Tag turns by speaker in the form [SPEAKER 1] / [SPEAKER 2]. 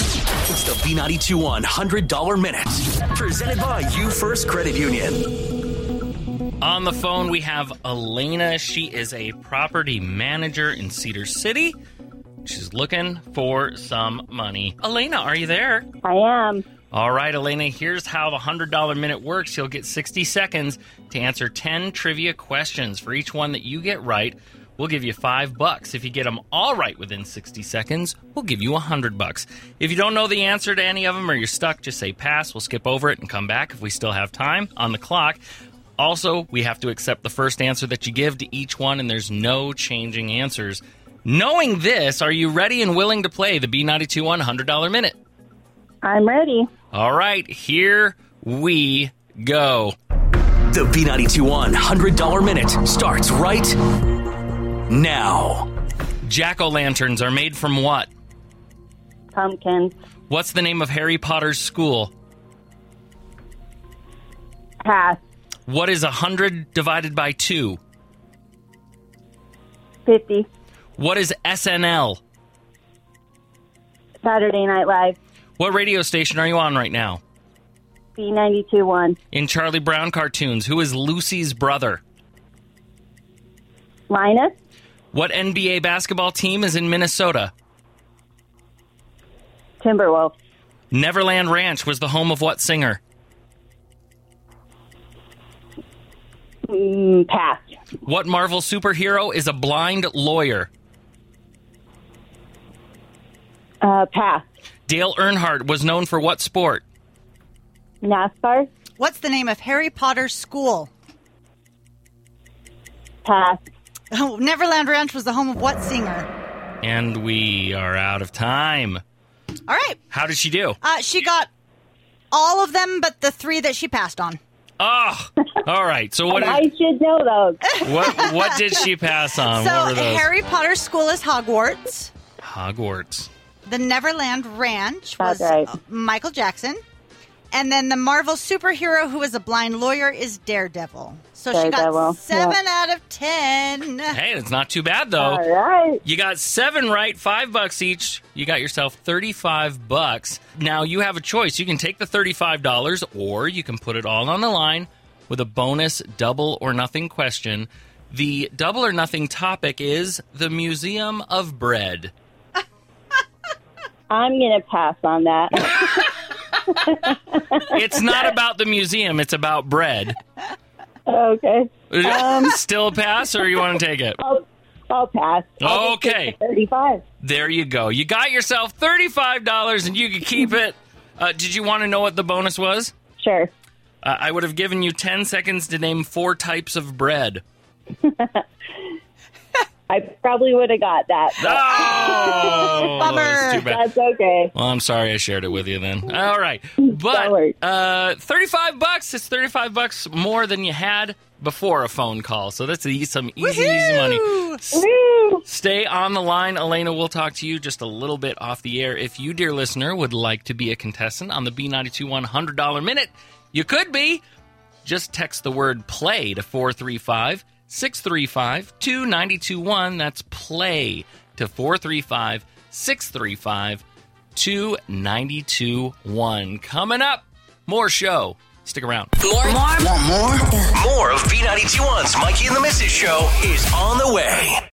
[SPEAKER 1] the B92 $100 Minute. Presented by You First Credit Union.
[SPEAKER 2] On the phone, we have Elena. She is a property manager in Cedar City. She's looking for some money. Elena, are you there?
[SPEAKER 3] I am.
[SPEAKER 2] All right, Elena, here's how the $100 minute works. You'll get 60 seconds to answer 10 trivia questions. For each one that you get right, we'll give you 5 bucks. If you get them all right within 60 seconds, we'll give you 100 bucks. If you don't know the answer to any of them or you're stuck, just say pass. We'll skip over it and come back if we still have time on the clock. Also, we have to accept the first answer that you give to each one, and there's no changing answers. Knowing this, are you ready and willing to play the B92 $100 minute?
[SPEAKER 3] I'm ready.
[SPEAKER 2] All right, here we go.
[SPEAKER 1] The B92 $100 Minute starts right now.
[SPEAKER 2] Jack o' lanterns are made from what?
[SPEAKER 3] Pumpkins.
[SPEAKER 2] What's the name of Harry Potter's school?
[SPEAKER 3] Pass.
[SPEAKER 2] What is 100 divided by 2?
[SPEAKER 3] 50.
[SPEAKER 2] What is SNL?
[SPEAKER 3] Saturday Night Live.
[SPEAKER 2] What radio station are you on right now?
[SPEAKER 3] B92.1.
[SPEAKER 2] In Charlie Brown cartoons, who is Lucy's brother?
[SPEAKER 3] Linus.
[SPEAKER 2] What NBA basketball team is in Minnesota?
[SPEAKER 3] Timberwolf.
[SPEAKER 2] Neverland Ranch was the home of what singer?
[SPEAKER 3] Mm, pass.
[SPEAKER 2] What Marvel superhero is a blind lawyer?
[SPEAKER 3] Uh, pass.
[SPEAKER 2] Dale Earnhardt was known for what sport?
[SPEAKER 3] NASCAR.
[SPEAKER 4] What's the name of Harry Potter's school?
[SPEAKER 3] Pass.
[SPEAKER 4] Oh, Neverland Ranch was the home of what singer?
[SPEAKER 2] And we are out of time.
[SPEAKER 4] All right.
[SPEAKER 2] How did she do?
[SPEAKER 4] Uh, she got all of them but the three that she passed on.
[SPEAKER 2] Oh, all right. So what?
[SPEAKER 3] I
[SPEAKER 2] Did,
[SPEAKER 3] should know those.
[SPEAKER 2] what what did she pass on? what
[SPEAKER 4] so
[SPEAKER 2] were those?
[SPEAKER 4] Harry Potter's school is Hogwarts.
[SPEAKER 2] Hogwarts.
[SPEAKER 4] The Neverland Ranch was
[SPEAKER 3] That's right.
[SPEAKER 4] uh, Michael Jackson. And then the Marvel superhero who is a blind lawyer is Daredevil. So
[SPEAKER 3] Daredevil,
[SPEAKER 4] she got seven out of ten.
[SPEAKER 2] Hey, it's not too bad though.
[SPEAKER 3] All right.
[SPEAKER 2] You got seven right, five bucks each. You got yourself 35 bucks. Now you have a choice. You can take the $35 or you can put it all on the line with a bonus double or nothing question. The double or nothing topic is the Museum of Bread.
[SPEAKER 3] I'm going to pass on that.
[SPEAKER 2] It's not about the museum, it's about bread.
[SPEAKER 3] okay.
[SPEAKER 4] Um,
[SPEAKER 2] Still pass or you want to take it?
[SPEAKER 3] I'll, I'll pass. I'll just take
[SPEAKER 2] Okay.
[SPEAKER 3] the 35.
[SPEAKER 2] There you go. You got yourself $35 and you can keep it. Uh, did you want to know what the bonus was?
[SPEAKER 3] Sure.
[SPEAKER 2] Uh, I would have given you 10 seconds to name four types of bread.
[SPEAKER 3] I probably would have got that.
[SPEAKER 2] Oh, that's Oh, too bad.
[SPEAKER 3] That's okay.
[SPEAKER 2] Well, I'm sorry I shared it with you then. All right. But
[SPEAKER 3] Sorry.
[SPEAKER 2] uh, 35 bucks is 35 bucks more than you had before a phone call. So that's e- some easy, easy money. S-
[SPEAKER 3] Woo.
[SPEAKER 2] Stay on the line, Elena. We'll talk to you just a little bit off the air. If you, dear listener, would like to be a contestant on the B92 $100 minute, you could be. Just text the word play to 435 635 2921. That's play to 435 635 2921. Coming up, more show. Stick around.
[SPEAKER 1] More of B92 Mikey and the Mrs. Show is on the way.